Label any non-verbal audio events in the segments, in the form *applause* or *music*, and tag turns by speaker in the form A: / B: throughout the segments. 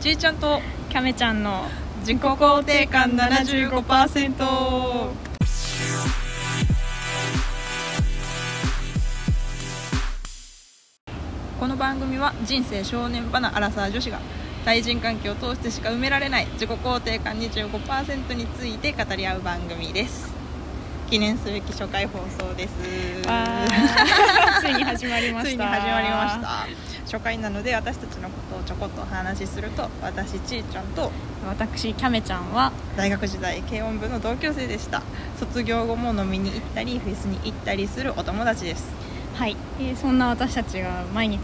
A: ちいちゃんと
B: キャメちゃんの
A: 自己肯定感75%この番組は人生少年パなアラサー女子が対人関係を通してしか埋められない自己肯定感25%について語り合う番組です記念すべき初回放送です
B: わ
A: *laughs*
B: ーついに始まりました
A: ついに始まりました初回なので私たちのことをちょこっとお話しすると私ちーちゃんと
B: 私キャメちゃんは
A: 大学時代軽音部の同級生でした卒業後も飲みに行ったりフェスに行ったりするお友達です
B: はい、えーそんな私たちが毎日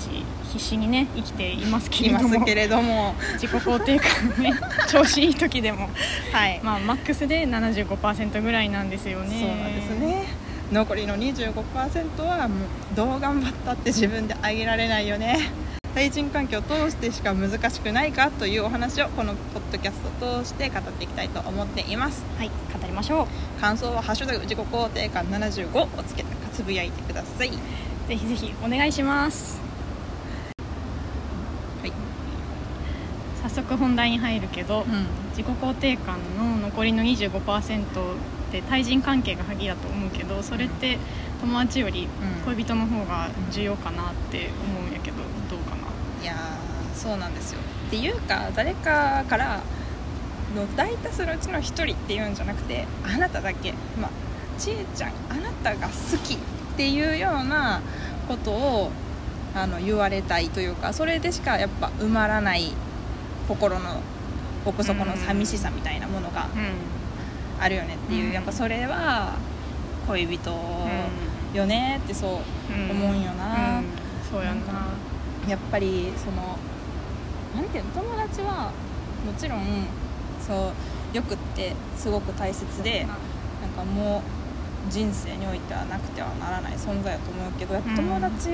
B: 必死にね生きていますけ
A: い
B: れ
A: ま
B: ど
A: す
B: も
A: けれども
B: 自己肯定感
A: *laughs*
B: ね調子いい時でも
A: はい、
B: まあマックスで75%ぐらいなんですよね
A: そうなんですね残りの25%はもうどう頑張ったって自分であげられないよね対人環境を通してしか難しくないかというお話をこのポッドキャストを通して語っていきたいと思っています
B: はい語りましょ
A: 感想は「ハッシュタグ自己肯定感75」をつけてつぶやいてください、は
B: うぜひぜひお願いします
A: い
B: 早速本題に入るけど、
A: うん、
B: 自己肯定感の残りの25%って対人関係が鍵だと思うけどそれって友達より
A: うん
B: 恋人の方が重要かなって思うんやけどどうかない
A: やーそうなんですよっていうか誰かからの大多数のうちの1人っていうんじゃなくてあなただけ、まあ、ちえちゃんあなたが好きっていうようなことをあの言われたいというかそれでしかやっぱ埋まらない心の奥底の寂しさみたいなものが
B: う
A: あるよねっていう、
B: うん
A: やっぱそれは恋人よねってそう
B: うん
A: 思うんよな。
B: うんそうやんな
A: やっぱりそのなんていうの友達はもちろんそうよくってすごく大切でなんかもう人生においてはなくてはならない存在だと思うけどやっぱ友達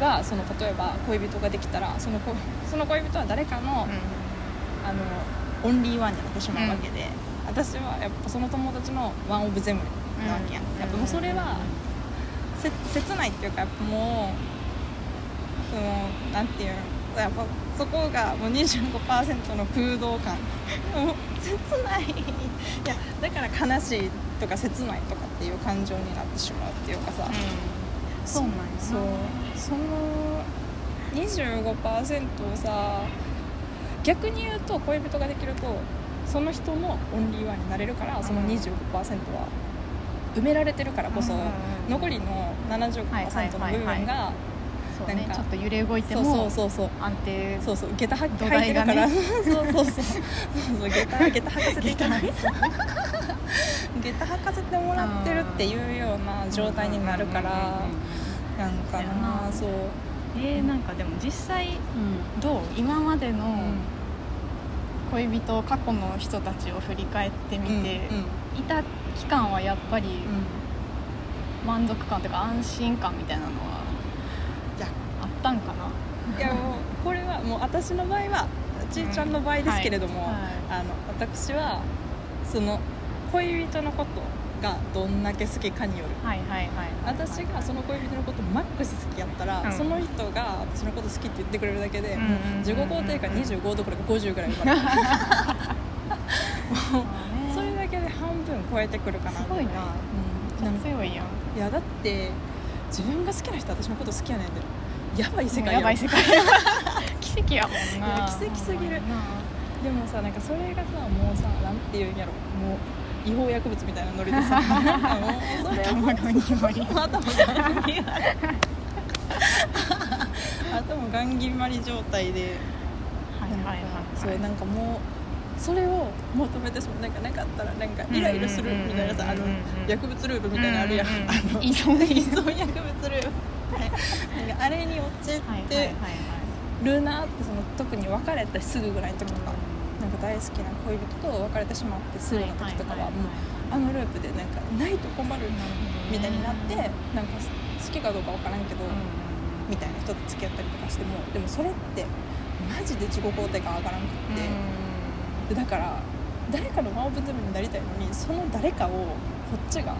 A: がその例えば恋人ができたらその恋その恋人は誰かの,、あのオンリーワンになってしまうわけで、私はやっぱその友達のワン・オブ・ゼムなわけやん、やっぱもうそれはせ切ないっていうかやっぱもうそのなんていうのやっぱそこがもう25%の空洞感もう切ないいやだから悲しいとか切ないとかっていう感情になってしまうっていうかさ、
B: そうなんやな
A: そうその25%をさ逆に言うと恋人ができるとその人のオンリーワンになれるからその25%は埋められてるからこそ、
B: うんうんうん
A: 残りの
B: はいはい
A: 75%の
B: はい
A: 部分が、
B: そうね
A: なんか
B: ちょっと揺れ動いて
A: そうそ
B: も
A: うそうそう
B: 安定
A: そうそう下駄は
B: 土
A: 履いて
B: 台
A: る
B: が
A: か
B: ね
A: ら、そうそうそうそうそう下駄下駄履かせていただいて下駄履かせてもらってるっていうような状態になるから
B: うんうんうん
A: なんかな
B: そ
A: そう、
B: うんえーなんかでも実際どう今までの恋人過去の人たちを振り返ってみて、
A: うんうん
B: いた期間はやっぱ
A: う
B: り
A: ん
B: 満足感というか安心感みたいなのはい
A: や
B: あったんかな、
A: いやもうこれはもう私の場合はちいちゃんの場合ですけれども、
B: はい
A: あの私はその恋人のことがどんだけ好きかによる
B: はいはいはい
A: 私がその恋人のことマックス好きやったら、
B: うん
A: その人が私のこと好きって言ってくれるだけで、
B: うんうんうんうん
A: 自己肯定感25どころか50ぐらいかな
B: そう
A: *laughs* それ
B: ね
A: だけで半分超えてくるかな
B: すごいな
A: うんなんか
B: 強いや
A: い
B: ん
A: やだって自分が好きな人は私のこと好きやねんでやばい世界
B: や
A: や
B: ば
A: ろ
B: い世界 *laughs* 奇跡やもん
A: いや
B: な
A: 奇跡すぎる
B: ほんま
A: でもさなんかそれがさもうさなんていうんやろもう違法薬物みたいなノリで
B: *laughs*
A: さなんかもうそ
B: に
A: れ
B: な
A: は
B: 頭がにまり
A: 頭がんぎまり頭がんぎまり状態で
B: はいはいはい
A: それなんかもうそれを求めてしまうなんかなかったらなんかイライラするみたいなさあ
B: うん
A: の
B: うんうんうん
A: 薬物ループみたいなのあるやん
B: うんうんうん
A: あの
B: 依存
A: 依存薬物ループねなんかあれに陥っ
B: はいはいはい
A: てるなってその特に別れてすぐぐらいの時とかなんか大好きな恋人と別れてしまってすぐの時とかはもうあのループでなんかないと困るみたいになってなんか好きかどうかわからんけどみたいな人と付き合ったりとかしてもでもそれってマジで自己肯定感上がらんくって。でだから誰かのワンオブゼムになりたいのにその誰かをこっちが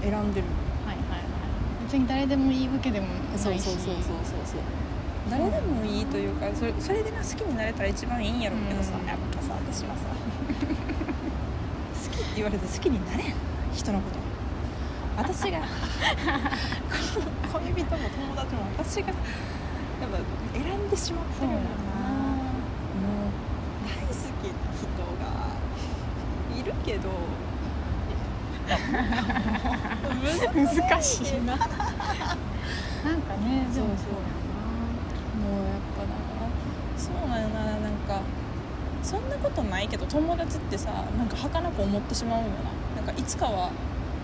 A: 選んでる
B: はいはいはい別に誰でもいいわけでもないし
A: そうそうそうそうそうそう誰でもいいというかそれそれでな好きになれたら一番いいんやろうけどさ、
B: うん
A: やっぱさ私はさ好きって言われて好きになれん人のこと私が *laughs* この恋人も友達も私がやっぱ選んでしまってるんだなもう大好きな人がいるけど
B: *laughs* 難しいななんかねでも
A: そう
B: そ
A: そう
B: うや
A: もうやっぱなそうなんやななんかそんなことないけど友達ってさなんか儚く思ってしまうんよななんかいつかは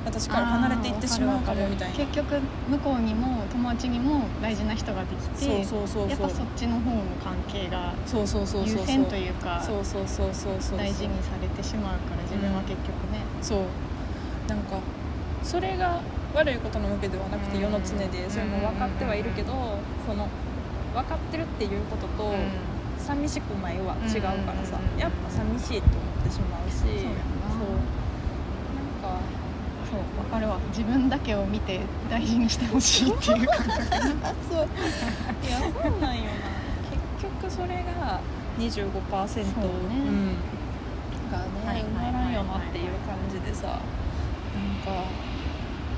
A: 私から
B: な
A: 離れていってしまうかもみたいな
B: 結局向こうにも友達にも大事な人ができて
A: そうそうそう
B: やっ
A: そう
B: ぱそっちの方の関係が
A: そうそうそう
B: 優
A: そう
B: 先というか
A: そうそうそうそうそう
B: 大事にされてしまうから自分は結局ね、
A: そうなんかそれが悪いことなわけではなくて
B: うん
A: 世の常でそれも分かってはいるけどその分かってるっていうことと寂しくないは違うからさ
B: うん
A: やっぱ寂しいと思ってしまうし
B: そうやな
A: そうなんか
B: そうわかるわ自分だけを見て大事にしてほしいっていう
A: あ
B: 感覚
A: そう *laughs* いやそうなんよな結局それが25%
B: そうね
A: うん、がね、
B: はいはいはいはい
A: 埋まらんよなっていう感じでさなんか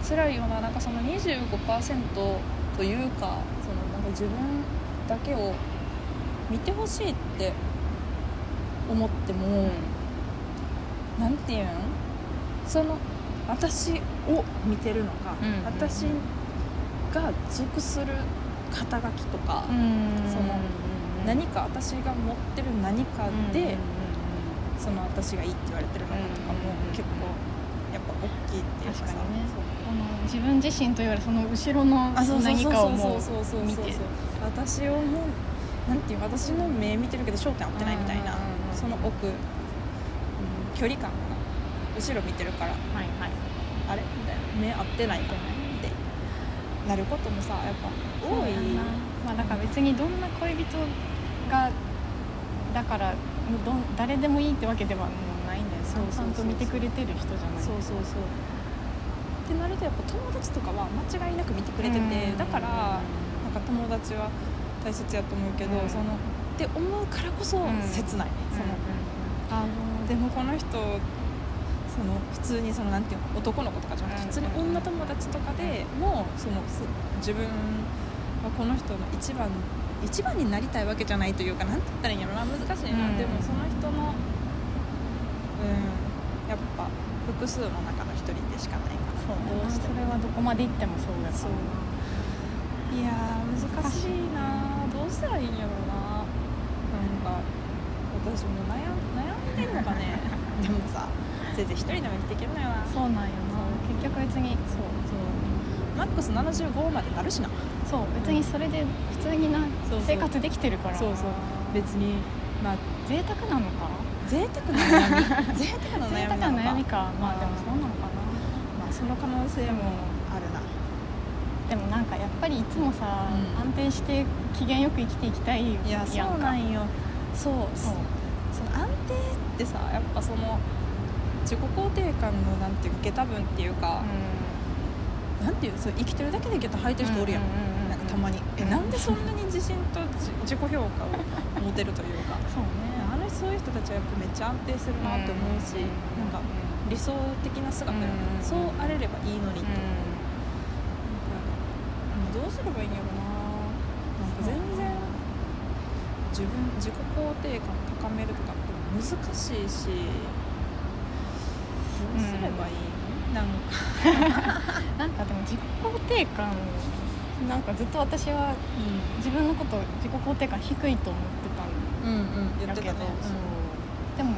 A: 辛いよななんかその25%というかそのなんか自分だけを見てほしいって思っても、なんていうんその私を見てるのか、
B: うんうんうん
A: 私が属する肩書きとか、その何か私が持ってる何かで、
B: うんうんうん
A: その私がいいって言われてるのかとかも
B: うんうんうん
A: 結構やっぱ大きいっていうかさ
B: 確かにね
A: そう
B: あの自分自身というよりその後ろの
A: あそうそう
B: 何かをも
A: そうそうそうそう
B: 見て
A: 私をもうなんていう私の目見てるけど焦点合ってないみたいな
B: うんうんうん
A: その奥、うん距離感が後ろ見てるから
B: はいはい
A: あれみたいな目合ってないかなってなることもさやっぱ
B: そう
A: 多い
B: やんなまあだから別にどんな恋人がだからどん誰でもいいってわけではもうないんだよ
A: そうそうそうそう
B: ちゃんと見てくれてる人じゃない
A: そうそうそうってなるとやっぱ友達とかは間違いなく見てくれててだからなんか友達は大切やと思うけど、
B: うん
A: そのって思うからこそ
B: うん
A: 切ない、そのあのでもこの人その普通にそのなんていうの男の子とかじゃなくて
B: うん
A: 普通に女友達とかでもそのす自分はこの人の一番一番になりたいわけじゃないというかなんて言ったらいいんやろな難しいな、
B: うん
A: でもその人のうんやっぱ複数の中の一人でしかないから
B: そう
A: どうして
B: そ
A: も
B: れはどこまで行ってもそうだから
A: そういやー難しいなどうしたらいいんやろうななんか私も悩ん悩んでんのか *laughs* ねでもさ全然一人でも生きていけるのよな
B: そうなんよな結局別にそう
A: そうマックス75までなるしな
B: そう別にそれで普通にな
A: そうそう
B: 生活できてるから
A: そうそう別にまあ
B: 贅沢なのか
A: 贅沢な悩 *laughs* み贅沢な悩みなの
B: な贅沢な
A: か
B: 悩みかまあでもそうなのかな
A: まあその可能性もあるな
B: でもなんかやっぱりいつもさ、
A: うん
B: 安定して機嫌よく生きていきたい
A: いや
B: んか
A: そうなんよそう
B: そう
A: その安定ってさやっぱその自己肯定感のなんていうか下駄分っていうか、なんていうそう生きてるだけで下駄履いてる人おるやん,、
B: うううう
A: なんかたまに、え
B: うん
A: なんでそんなに自信と自自己評価を持てるというか
B: そうね
A: あのそういう人たちはやっぱめっちゃ安定するなって思うし、なんか理想的な姿やん、
B: うん
A: そうあれればいいのにと、な
B: うん
A: んかうんどうすればいいんやろななんか全然自分自己肯定感高めるとかって難しいしどうすればいいの、なんか
B: なんかでも自己肯定感なんかずっと私は自分のこと自己肯定感低いと思ってたん
A: うんうん言
B: だ
A: って
B: け
A: た
B: ど
A: ね、
B: そうでも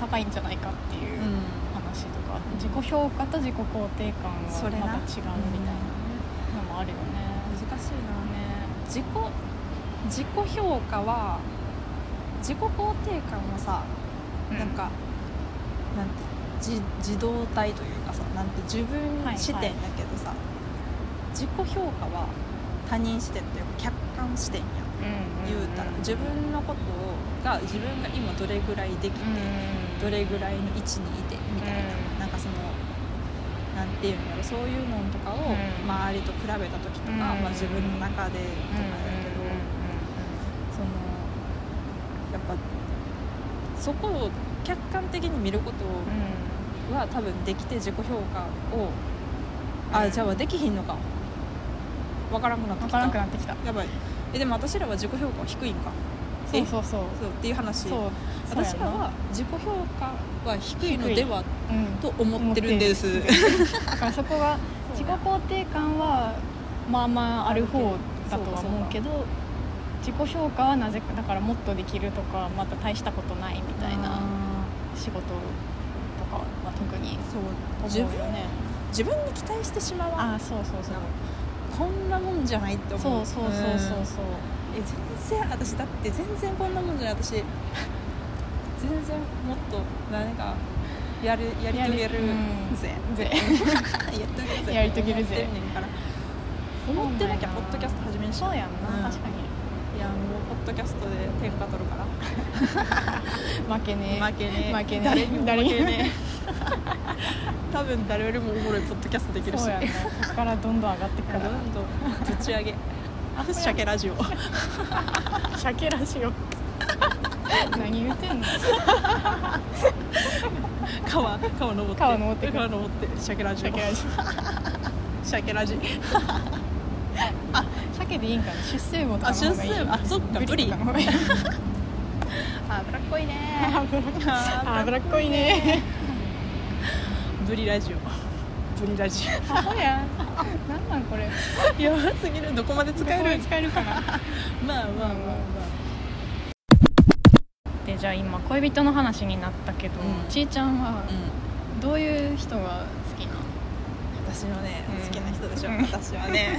B: 高いんじゃないかっていううん話とか、自己評価と自己肯定感
A: そ
B: は
A: れな
B: また違うみたいなのもあるよね、
A: 難しい
B: そう
A: な
B: ね
A: 自己自己評価は自己肯定感はさ、なんかなんて自自動体というかさなんて自分
B: はい
A: 視点だけどさ、自己評価は他人視点というか客観視点やん言うたら自分のことが自分が今どれぐらいできて、どれぐらいの位置にいてみたいな、
B: うん
A: なんかそのなんていうんだろうそういうのとかを
B: うん
A: 周りと比べた時とか、
B: うん
A: まあ、自分の中でとかだけど、
B: うん
A: そこを客観的に見ることは多分できて自己評価をあじゃあできひんのかわからんくなって
B: 分
A: きた
B: からなくなってきた
A: やばいえでも私らは自己評価は低いんか
B: そうそうそう
A: そうっていう話
B: そう
A: 私らは自己評価は低いのでは
B: そうやなうん
A: と思ってるんです
B: 思ってるだからそこが自己肯定感はまあまあある方だとは思うけど自己評価はなぜかだからもっとできるとかまた大したことないみたいな仕事とかは特に
A: そう
B: 思う
A: 自
B: よ
A: 分
B: ね
A: 自分に期待してしまわん
B: ああそうそうそう
A: こんなもんじゃないって
B: そ
A: 思
B: う
A: う
B: そうそうそ
A: ん
B: うそう
A: え全然私だって全然こんなもんじゃない私全然もっと何かやるやり遂げるぜ、や
B: ぜ *laughs*
A: り遂げるぜ
B: やり遂げるぜ
A: 思ってんねんから思ってなきゃポッドキャスト始めんし
B: そうやんな、
A: うん
B: 確かに
A: いやもうポッドキャストで天下取るから
B: 負けねえ
A: 負けねえ
B: 負けねえ
A: 誰にも
B: 誰
A: 負
B: に
A: け
B: も
A: ねえ *laughs* 多分誰よりもおもろいポッドキャストできるし
B: そうやんなここからどんどん上がってく
A: ど
B: か
A: んど *laughs* んぶち上げ
B: ら
A: シャケラジオ
B: シャケラジオ何言うてんの
A: 川川登って
B: 川登ってく
A: 川登ってシャケラジ
B: シ
A: オ
B: ャケラジ
A: シャケ *laughs* ラジ
B: オ鮭でいいんかな出世魚とか
A: あ
B: の
A: 出
B: 方がいい
A: 世あそっかブ
B: ブリ
A: リ
B: とかの方がいい *laughs*
A: 脂っこいね
B: あ脂っこいね
A: ブリラジオブリラジ
B: アホやんなんなんこれ
A: オ *laughs* やばすぎるどこまで使える
B: これ使えるかな
A: まあまあまあま
B: でじゃあ今恋人の話になったけど、
A: うん
B: ちーちゃんは
A: あうん
B: どういう人が好きなの
A: 私のね、
B: うん
A: 好きな人でしょ、
B: うん
A: 私は *laughs* ね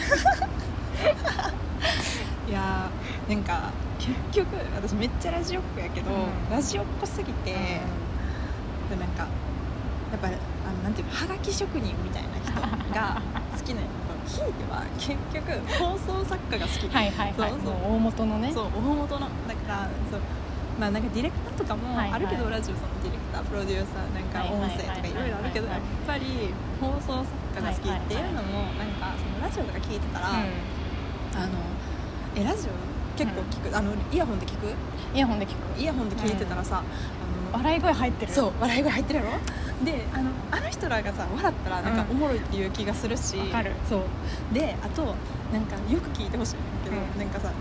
A: いやーなんか結局私めっちゃラジオっ子やけど、
B: うん
A: ラジオっ子すぎて、
B: え
A: でなんかやっぱあのなんていうのはがき職人みたいな人が好きな人ひいては結局放送作家が好き、
B: はいはいはい
A: そうそう
B: もう大元のね
A: そう大元のだからそうまあなんかディレクターとかも
B: はい
A: あ
B: はい
A: るけど、ラジオそのディレクタープロデューサーなんか
B: はいはい
A: 音
B: はい
A: 声とかいろいろあるけど
B: は
A: や
B: い
A: っ
B: はい
A: ぱり放送作家が好き
B: は
A: っ
B: いはいはい
A: ていうのもなんかそのラジオとか聞いてたら、
B: う
A: あのえラジオ結構聞く、あのイヤホンで聞く
B: ん、イヤホンで聞く
A: イヤホンで聞いてたらさ、あの
B: 笑い声入ってる
A: そう笑い声入ってるやろであのあの人らがさ笑ったらなんか
B: う
A: おもろいっていう気がするし、
B: わかる
A: そうであとなんかよく聞いてほしいんだけど、
B: う
A: なん
B: ん
A: かさ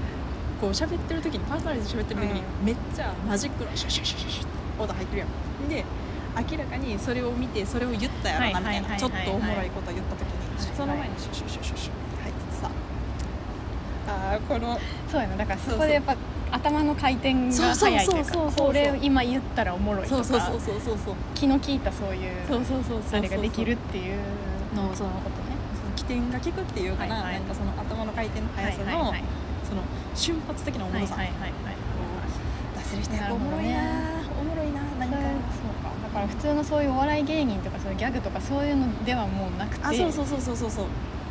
A: こう喋ってる時にパーソナリティ喋ってる時に、めっちゃマジックのシュシュシュシュシュって音入ってるやんで明らかにそれを見てそれを言ったやろなみたい
B: は
A: ない
B: はいはいはいはい
A: ちょっとおもろいことを言った時に、
B: はいはい
A: その前にシュシュシュシュシュって入っててさあーこの
B: そうやなだから
A: そうそう
B: そこでやっぱ頭の回転が早いという
A: そうそうそうそう
B: か
A: そう
B: これを今言ったらおもろい
A: そ
B: と
A: うそう
B: か
A: そうそうそうそう
B: 気の利いたそういう
A: そうそうそうそう
B: あれができるっていう
A: のその
B: ことね
A: その起点が効くっていうかな、
B: はいはい
A: なんかその頭の回転の速さの、
B: はいはいはい
A: その瞬発的なおも
B: はい
A: ろ
B: は
A: さ
B: い
A: を
B: はいはい
A: 出せる人やっ
B: な
A: ぱ
B: る
A: お
B: ほ
A: もろ
B: ど
A: い
B: ね
A: なおもろいななん
B: そ
A: か
B: うかだから普通のそういうお笑い芸人とかそういうギャグとかそういうのではもうなくて
A: あそうそうそうそうそうそう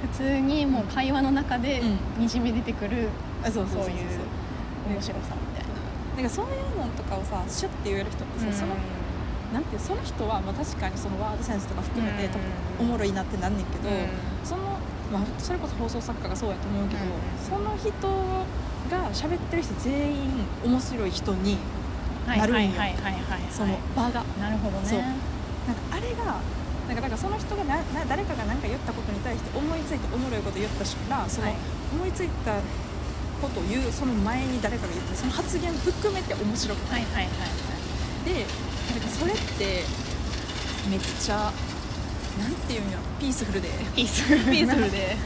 B: 普通にもう会話の中でにじみ出てくる
A: あそう
B: そうい
A: う
B: う
A: ん
B: 面白さみたい
A: なん
B: な
A: かそういうのとかをさシュッて言える人ってさ、そのなんていうその人はまあ確かにそのワードセンスとか含めて、
B: うん
A: 多分おもろいなってなんねんけど、
B: うん
A: その、まあ、それこそ放送作家がそうやと思うけど、
B: うん
A: その人が喋ってる人全員面白い人に
B: はい
A: な
B: はい
A: るんよ
B: はいはいはいはい
A: その場が
B: なるほど
A: そう
B: ね
A: なんかあれがなんかだからその人がなな誰かが何か言ったことに対して思いついておもろいこと言ったしからその
B: はい
A: 思いついたことを言うその前に誰かが言ったその発言含めて面白くな
B: はいはいはいはい
A: いでなんかそれってめっちゃなんていうんやろピースフルで
B: ピースフル
A: ピースフルで *laughs*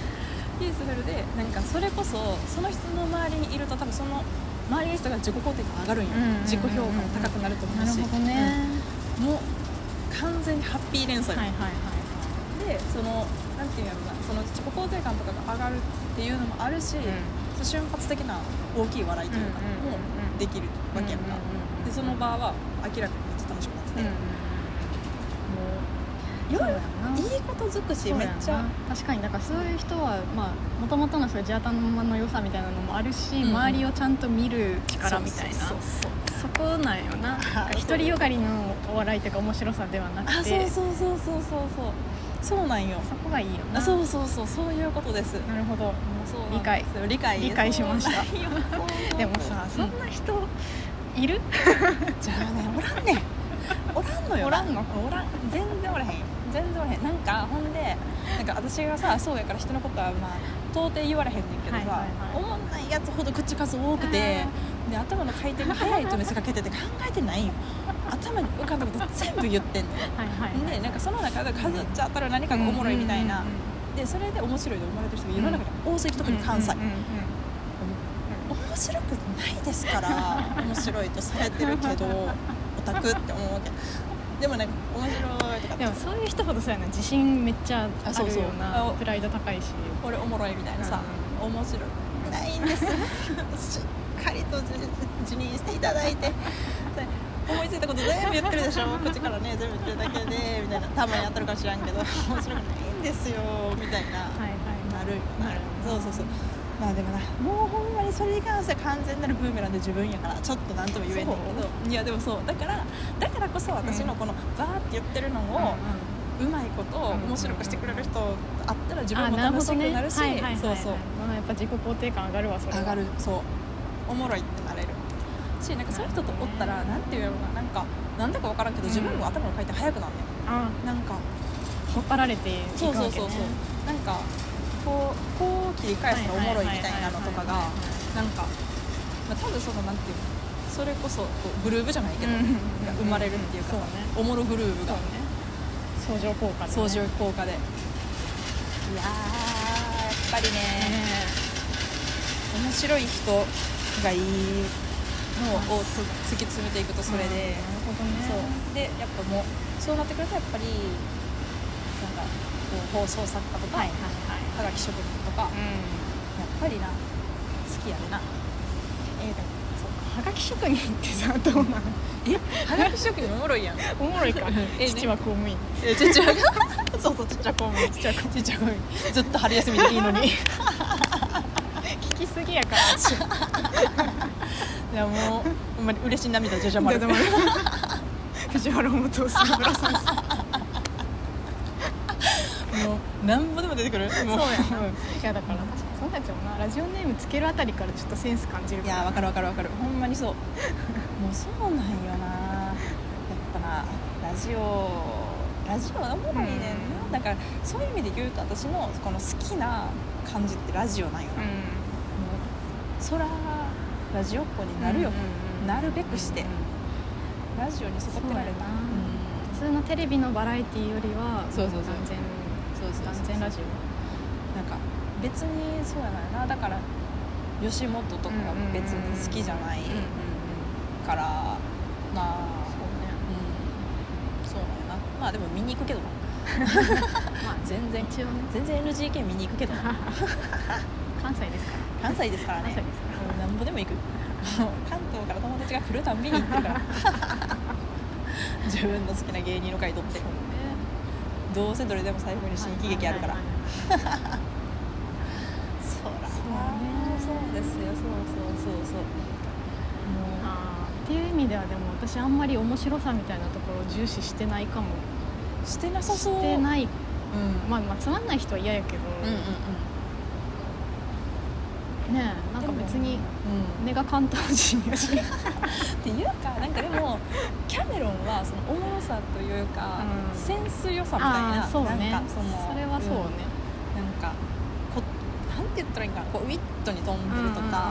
A: ピースフルでなんかそれこそその人の周りにいると多分その周りの人が自己肯定感上がるんよ
B: うんうんうんうん
A: 自己評価も高くなると思
B: な
A: う
B: る
A: し
B: ほどね、
A: うんもう完全にハッピー連
B: は
A: 載
B: いはいはい
A: でそのなんていうんやろなその自己肯定感とかが上がるっていうのもあるし、
B: ん
A: 瞬発的な大きい笑いというか
B: うんうんうん
A: も
B: うん
A: できるわけやんか、
B: うんうんうん
A: でその場は明らかにめっちゃ楽しくなってて、もう
B: そう
A: 夜
B: やない
A: いこと尽くし
B: そう
A: めっ
B: やな
A: ちゃ
B: 確かにだからそういう人はまあもともとのそういう地頭の良さみたいなのもあるし、
A: うんうん
B: 周りをちゃんと見る力みたいな
A: そうそう
B: そこなんよな
A: *laughs*
B: なんか独りよがりのお笑いというか面白さではなくて
A: あそうそうそうそうそうそうそうなんよ
B: そこがいいよな
A: あそうそうそうそういうことです
B: なるほど
A: もうそうなんですよ
B: 理解
A: 理解 *laughs*
B: 理解しました
A: そうなんよそうそうそう
B: でもさ、
A: うん
B: そんな人いる *laughs*
A: じゃあねおらんねんおらんのよ
B: おらんの
A: おらん全然おらへんよ全然おらへんなんかほんでなんか私がさそうやから人のことはまあ到底言われへんねんけどさ、
B: はいはいはい
A: おもんないやつほど口数多くてで頭の回転が速いと見せかけてて考えてないよ頭に浮かんだこと全部言ってんの
B: はいはい
A: でなんかその中で数っちゃったら何かがおもろいみたいな、でそれで面白いと思われてる人が世の中に多すぎ特に関西、
B: うんうんうんうん
A: 面白くないですから面白いとされてるけどオタクって思うわけでもなんか面白いとかって
B: うんでもそういう人ほどそうやな自信めっちゃあ
A: そう
B: る
A: そう
B: ような
A: あ
B: プライド高いし
A: 俺おもろいみたいなさ、面白くないんですしっかりとじ辞任していただいてで思いついたこと全部言ってるでしょこっちからね全部言ってるだけでみたいなたまにやってるか知らんけど面白くないんですよみたいな、
B: はいはい
A: なるよなるそうそうそうまあでもなもうほんまにそれに関しては完全なるブーメランで自分やからちょっと何とも言えんねんけどいやでもそうだからだからこそ私のこのバーって言ってるの
B: うんうん
A: をうまいこと面白くしてくれる人と会ったら自分も
B: あなる
A: 楽
B: ほ
A: し
B: ど
A: く
B: ね
A: なるし
B: はいはいはいはい
A: そうそう
B: まあやっぱ自己肯定感上がるわそれは
A: 上がるそうおもろいってなれるしなんかそういう人とおったらなんていうのかななんかなんだか分からんけど自分も頭の回転早くなんね
B: あ
A: んなんか
B: 引っ張られていく
A: そうそう
B: わ
A: そ
B: け
A: う
B: ね
A: そうなんかこうこう切り返すのおもろいみたいなのとか
B: はい
A: がなんか、まあ、多分そのなんていうのそれこそこうグルーヴじゃないけど、
B: うんうんうん
A: が生まれるっていうかさ
B: そうね
A: おもろグルーヴが
B: 相乗効果で、ね、
A: 相乗
B: ね
A: 効果で、いやーやっぱりね面白い人がいいのをつ突き詰めていくとそれで、
B: うんなるほどね
A: そうでやっぱもうそうなってくるとやっぱりなんかこう放送作家とか、
B: はいはい
A: はがき職人とか、
B: はい、
A: やっ
B: う
A: ぱりな好きやでなえ
B: ん、はがき職人ってさどうなの
A: えはがき職人おもろいやん
B: おもろいか
A: *laughs* ええね
B: 父は公務員
A: えちっちゃい *laughs* そうそうちっちゃい公務
B: *laughs*
A: 員ちっちゃいちっちゃい公務員ずっと春休みでいいのにい
B: 聞きすぎやからちょっと
A: やもうほんまに嬉しい涙じゃじゃ *laughs* まる
B: でも藤原元杉村さんそう
A: もう何ぼでも出てくるもう
B: いやだから確かにそんなやつもなラジオネームつけるあたりからちょっとセンス感じる
A: い
B: から
A: やわかるわかるわかるほんまにそう *laughs* もうそうなんよなやっぱなラジオラジオはおもろいねんな、だからそういう意味で言うと私のこの好きな感じってラジオなんよな、もう空ラジオっ子に
B: うん
A: なるよ、
B: うんうんうん
A: なるべくして
B: うん
A: ラジオに育ってられる
B: そうやな普通のテレビのバラエティよりは
A: そうそうそう
B: 完全
A: そうそう
B: 完全ラジ
A: オなんか別にそうやないなだから吉本とかが別に好きじゃない
B: オ、うんうんうん
A: からなあ
B: そうね
A: うんそうなんやなまあでも見に行くけどな
B: まあ
A: 全然
B: 一応ね
A: 全然 NGK 見に行くけどな
B: *laughs* 関西ですから
A: 関西ですからね
B: 関西ですか
A: も
B: ら
A: うなんぼでも行くもう関東から友達が来るたんびに行ってるから
B: *laughs*
A: 自分の好きな芸人の回取ってどうせどれでも最後に新喜劇あるから、
B: はい
A: そうだ
B: そうね
A: そうですよそうそうそうそうも
B: あーっていう意味ではでも私あんまり面白さみたいなところを重視してないかも
A: うしてなさそう
B: して
A: い、
B: ない
A: うん
B: まあまあつまんない人は嫌やけど、
A: うんうんうん
B: ねえなんか別に
A: うん
B: 根が関東人やし、うん、
A: っていうかなんかでもキャメロンはそのおもろさというか、
B: うん
A: センス良さみたい *laughs* な
B: そうね
A: なんかその
B: れはそうね、
A: うんなんかこなんて言ったらいいんかなこうウィットに飛んでるとか
B: うんうんうんうん
A: なんか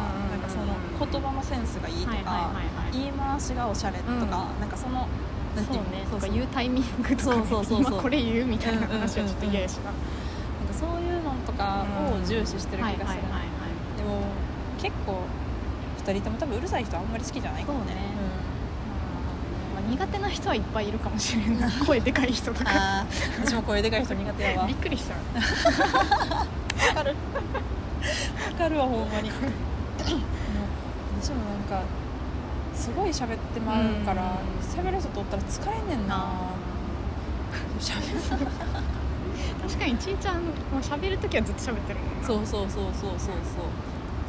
A: その言葉のセンスがいいとか、
B: はいはいはいはい
A: 言い回しがおしゃれとか、
B: うん
A: なんかそのなん
B: そう
A: ていう
B: ねと
A: そう
B: か
A: そう
B: 言うタイミングとか
A: そうそうそうそう
B: 今これ言うみたいな話はちょっと嫌やし
A: な
B: な、
A: んかそういうのとかを重視してる気がする、
B: はいはいはいはい
A: でも結構2人とも多分うるさい人あんまり好きじゃないかもね
B: そうねまあ、苦手な人はいっぱいいるかもしれ
A: *laughs*
B: んない声でかい人と
A: うん
B: か
A: あー私も声でかい人苦手やわ
B: びっくりしちゃう
A: わかるわかるわほんまにもう私もなんかすごい喋ってまうから
B: うん
A: 喋る人とおったら疲れんねんな喋る
B: *laughs* 確かにちいちゃんも喋るときはずっと喋ってるもんな
A: そうそうそうそうそうそう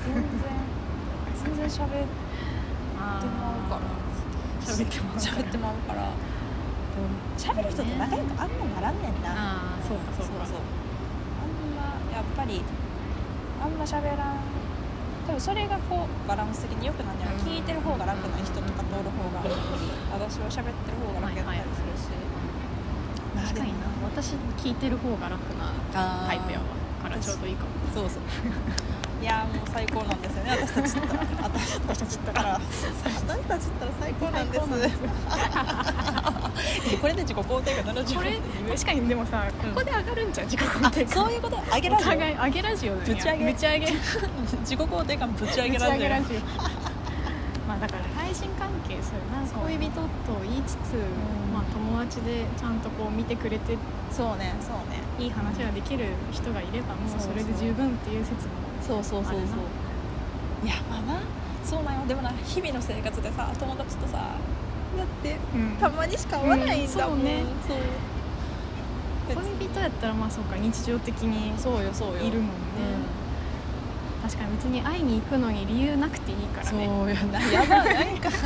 A: 全然全然喋って
B: あー
A: まうから
B: 喋ってまうから
A: 喋ってまうからでも喋る人と仲良くあんまならんねんな、
B: あーそうかそう
A: あ
B: か
A: んまやっぱりあんま喋らん多分それがこうバランス的に良くなんねやろ
B: うん
A: 聞いてる方が楽な人とか通る方が私は喋ってる方が楽やったりするし、
B: 確かにな私聞いてる方が楽な
A: あー
B: タイプやわからちょうどいいかも
A: そうそういやーもう最高なんですよね私たちったら私たちったら私たちったら最高なんです
B: 最高なんで
A: *laughs* えこれで自己肯定が70
B: これ
A: し
B: 確かにでもさここで上がるんじゃん自己肯定
A: そう
B: 感
A: いうことあげ
B: お
A: られ
B: 互
A: る
B: い上げラジオだよ
A: ぶち上げ *laughs*
B: ぶち上げ
A: 自己肯定感ぶち上げ
B: ぶち
A: ら
B: 上
A: れ
B: げ
A: る
B: ラジオ *laughs* まあだから対人関係そうやな恋人と言いつつ、
A: ん
B: まあ、友達でちゃんとこう見てくれて
A: そうねそうね
B: いい話ができる人がいればもう
A: そうそ
B: そうれで十分っていう説も
A: そうそうそうそう
B: あれな
A: や
B: い
A: まあなそうなんよでもな日々の生活でさ友達とさだって
B: うん
A: たまにしか会わないんだもん、
B: うんそうね
A: そう別に
B: 恋人やったらまあそうか日常的に
A: そうよそうよ
B: いるもんね、確かに別に会いに行くのに理由なくていいからね
A: うよなやばいなんか
B: *laughs*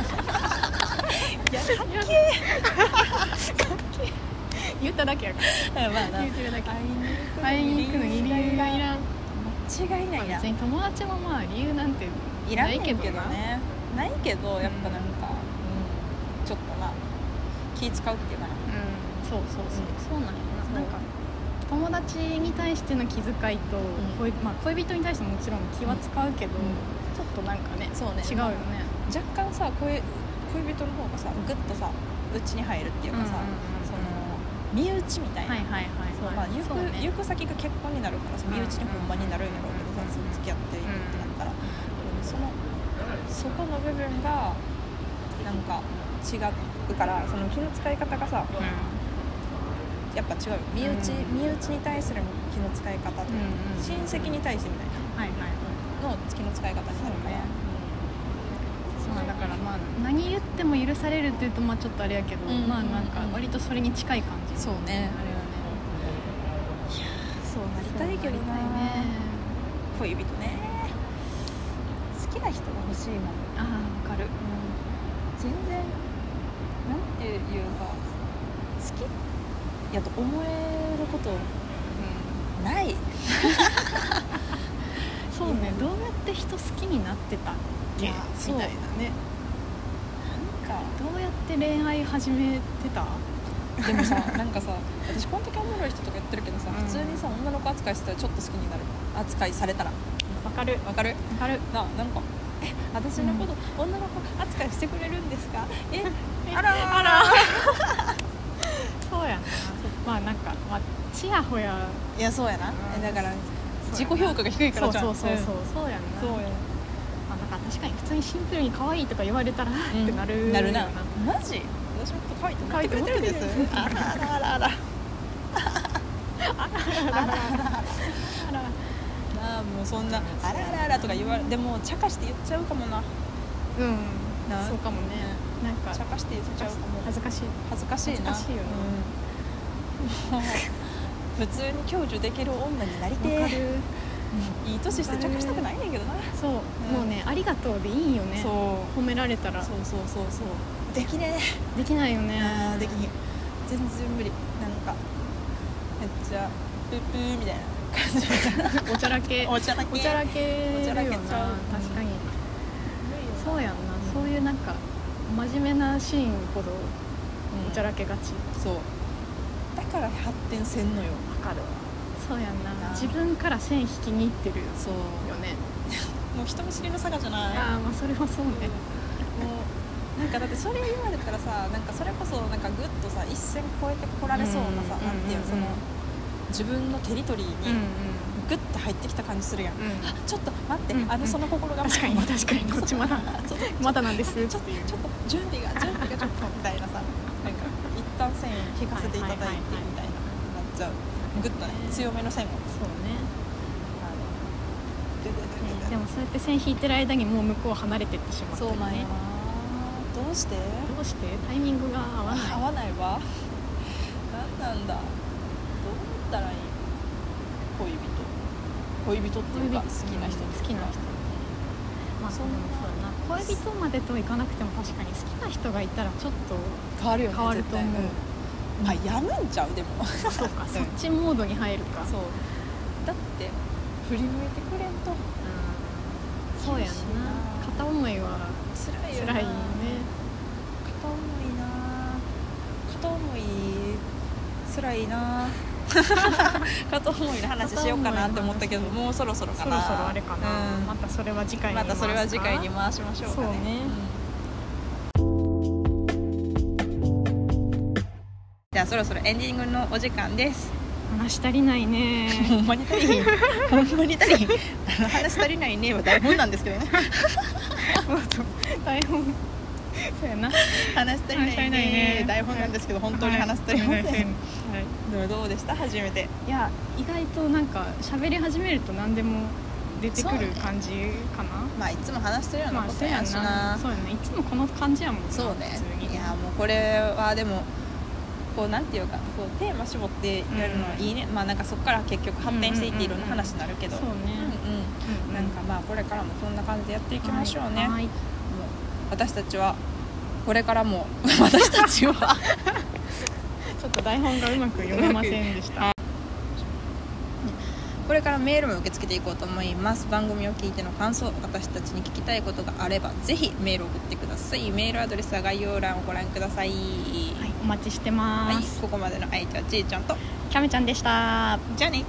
B: 言っただけやか
A: *laughs* まあな
B: ら言ってるだけ
A: 会
B: 会
A: い
B: い
A: に
B: に
A: 行
B: 行
A: く
B: く
A: の
B: の
A: に
B: に
A: 理
B: 理
A: 由
B: 由
A: が
B: が
A: い
B: いらん、
A: 間違いな
B: まあ
A: いや
B: 別に友達もまあ理由なんて
A: いらんねんけどねないけどやっぱなんか、うんちょっとな気使うっていうかな
B: うんそうそうそう、そうなんや
A: そう
B: ななんか友達に対しての気遣いと、
A: ん
B: 恋まあ、恋人に対してももちろん気は使うけど、
A: うん
B: ちょっとなんかね
A: そうね
B: 違うよね
A: 若干さ恋恋人の方がさグッとさ内に入るっていうかさ、
B: うんうんうん
A: その身内みたいな、
B: はいはいはい
A: そう
B: は
A: まあ、
B: い
A: 行
B: そ
A: く
B: うね
A: 行く先が結婚になるからさ
B: うん
A: 身内にほんまになるんやろうけどさ、
B: うん
A: 付き合っているってなったら、でもそのそこの部分がなんか違うからその気の使い方がさ
B: うん
A: やっぱ違うよ身内、
B: うん
A: 身内に対する気の使い方と、
B: うんうん
A: 親戚に対してみたい
B: はいは
A: な
B: いはい
A: の気の使い方になるから、
B: そうねそうだからまあ何言っても許されるっていうとまあちょっとあれやけど、
A: うん
B: まあなんか割とそれに近い感じ
A: そうね
B: あれよね
A: そうなりたいけどな
B: そうなりたいね
A: 恋人ね好きな人が欲しいもん、
B: ああわかる
A: 全然なんていうか好きやと思えることない
B: そうねどうやって人好きになってたっけ
A: い
B: み
A: や
B: た
A: そ
B: いうなね
A: なんか
B: どうやって恋愛始めてた
A: でもさ *laughs* なんかさ私こんだけおもろい人とか言ってるけどさ、
B: うん
A: 普通にさ女の子扱いしてたらちょっと好きになる扱いされたら
B: わかる
A: わかる
B: わかる
A: ななんかえ私のこと、女の子扱いしてくれるんですかえあらー
B: あらそうやなまあなんか、まあ、ちやほや
A: いやそうやなえだから自己評価が低いから
B: そう
A: じゃん
B: そうそうそう、
A: ん
B: そうやんな
A: そうや
B: まあ、なんか確かに普通にシンプルに可愛いとか言われたら、
A: うん
B: ってなる
A: なるな
B: よ
A: マジ私のこと可愛いと思ってくれてるんです
B: 可愛いと思ってくれてるんです
A: あらあらあらあら
B: あら
A: なあもうそんなあらあらあらとか言われでも茶化して言っちゃうかもな
B: うん
A: な
B: そうかもねなんか
A: 茶化して言っちゃうかも
B: 恥ずかしい
A: 恥ずかしいな
B: 恥ずかしいよね
A: うんもう普通に享受できる女になりて
B: わかる
A: えいい年して茶化したくないねんけどな
B: そう、
A: うん
B: もうねありがとうでいいよね
A: そう
B: 褒められたら
A: そうそうそうそうできね
B: できないよ
A: え
B: ね
A: あーできひん全然無理なんかめっちゃプープーみたいな感じ
B: おちゃらけ
A: *laughs* おちゃらけ
B: おちゃらける
A: おちゃ
B: よな
A: らけちゃう
B: 確かに、
A: う
B: そうやんな、そういうなんか真面目なシーンほどおちゃ
A: ら
B: らけがち
A: そうだから発展せんのよ
B: わかるそうやんな
A: な
B: 自分から線引きにいってるよ
A: そう
B: ね
A: もう人見知りの差がじゃない
B: ああまあそれはそうね、
A: もうなんかだってそれ言われたらさなんかそれこそなんかグッとさ一線越えてこられそうなさ、
B: うん
A: なんていう
B: うん
A: のその自分のテリトリーにグッて入ってきた感じするやん、
B: うん
A: あちょっと待って、
B: うん
A: あのその心が *laughs*
B: 確かに確かにこっちまだ
A: ちょっと
B: まだなんです
A: ちょっとちょっと準備が準備がちょっとみたいなさなんか一旦線引かせていただいて
B: はいはいはいはい
A: みたいななっちゃうグッとね強めの線を
B: そうね
A: あのグググググ
B: でもそうやって線引いてる間にもう向こう離れてってしまった
A: そう
B: り
A: なんや
B: ね
A: などうして
B: どうしてタイミングが合わない
A: 合わないわ何なんだどう思ったらいい恋人恋人っていうか好きな人
B: 好きな人まあ
A: そ
B: そ
A: ん
B: う
A: な
B: だな恋人までとはいかなくても確かに好きな人がいたらちょっと
A: 変わるよね
B: 変わると思う
A: 絶対うんまあやむんちゃうでも
B: そうかそっちモードに入るか
A: そうだって振り向いてくれんと
B: うんそうやんな片思いは
A: 辛いよな
B: 辛いよね
A: 片思いな片思い辛い *laughs* な片思いの話しようかなって思ったけどもうそろそろか
B: そろそ
A: な
B: ろあれかな、
A: うん
B: またそれは次回に
A: またそれは次回に
B: 回すか
A: 回しましょうかね
B: そうね
A: うんじゃあそろそろエンディングのお時間です
B: 話足りないね
A: *laughs* ほんまに足りひんほんまに
B: *laughs*
A: 足りひんあの話足りないねは台本なんですけどね
B: 台本そうやな
A: *laughs* 話足りな
B: 話足り
A: い
B: ない
A: ね
B: ね
A: 台本なんですけど本当に話足りません、でもどうでした初めて
B: いや意外となんか喋り始めると何でも出てくる感じかな、
A: まあいつも話してるような
B: まあ
A: こ
B: そ
A: と
B: うや
A: や
B: ん
A: し
B: な
A: な
B: そうやないつもこの感じやもんな
A: そうね
B: 普通に
A: いやもうこれはでもこうなんていうかこうテーマ絞ってやるのはいいね、まあなんかそこから結局発展していってい
B: うん
A: ろ
B: うん
A: ん
B: うん
A: な話になるけど
B: そうね
A: うんうん
B: う
A: なんかまあこれからもこんな感じでやっていきましょうね、
B: はいはい
A: もう私たちはこれからも *laughs* 私たちは
B: ちょっと台本がうまく読めませんでした
A: これからメールも受け付けていこうと思います番組を聞いての感想私たちに聞きたいことがあればぜひメールを送ってくださいメールアドレスは概要欄をご覧ください、
B: はいお待ちしてま
A: はい
B: す、
A: ここまでの相手はちいちゃんと
B: キャメちゃんでした
A: じゃあね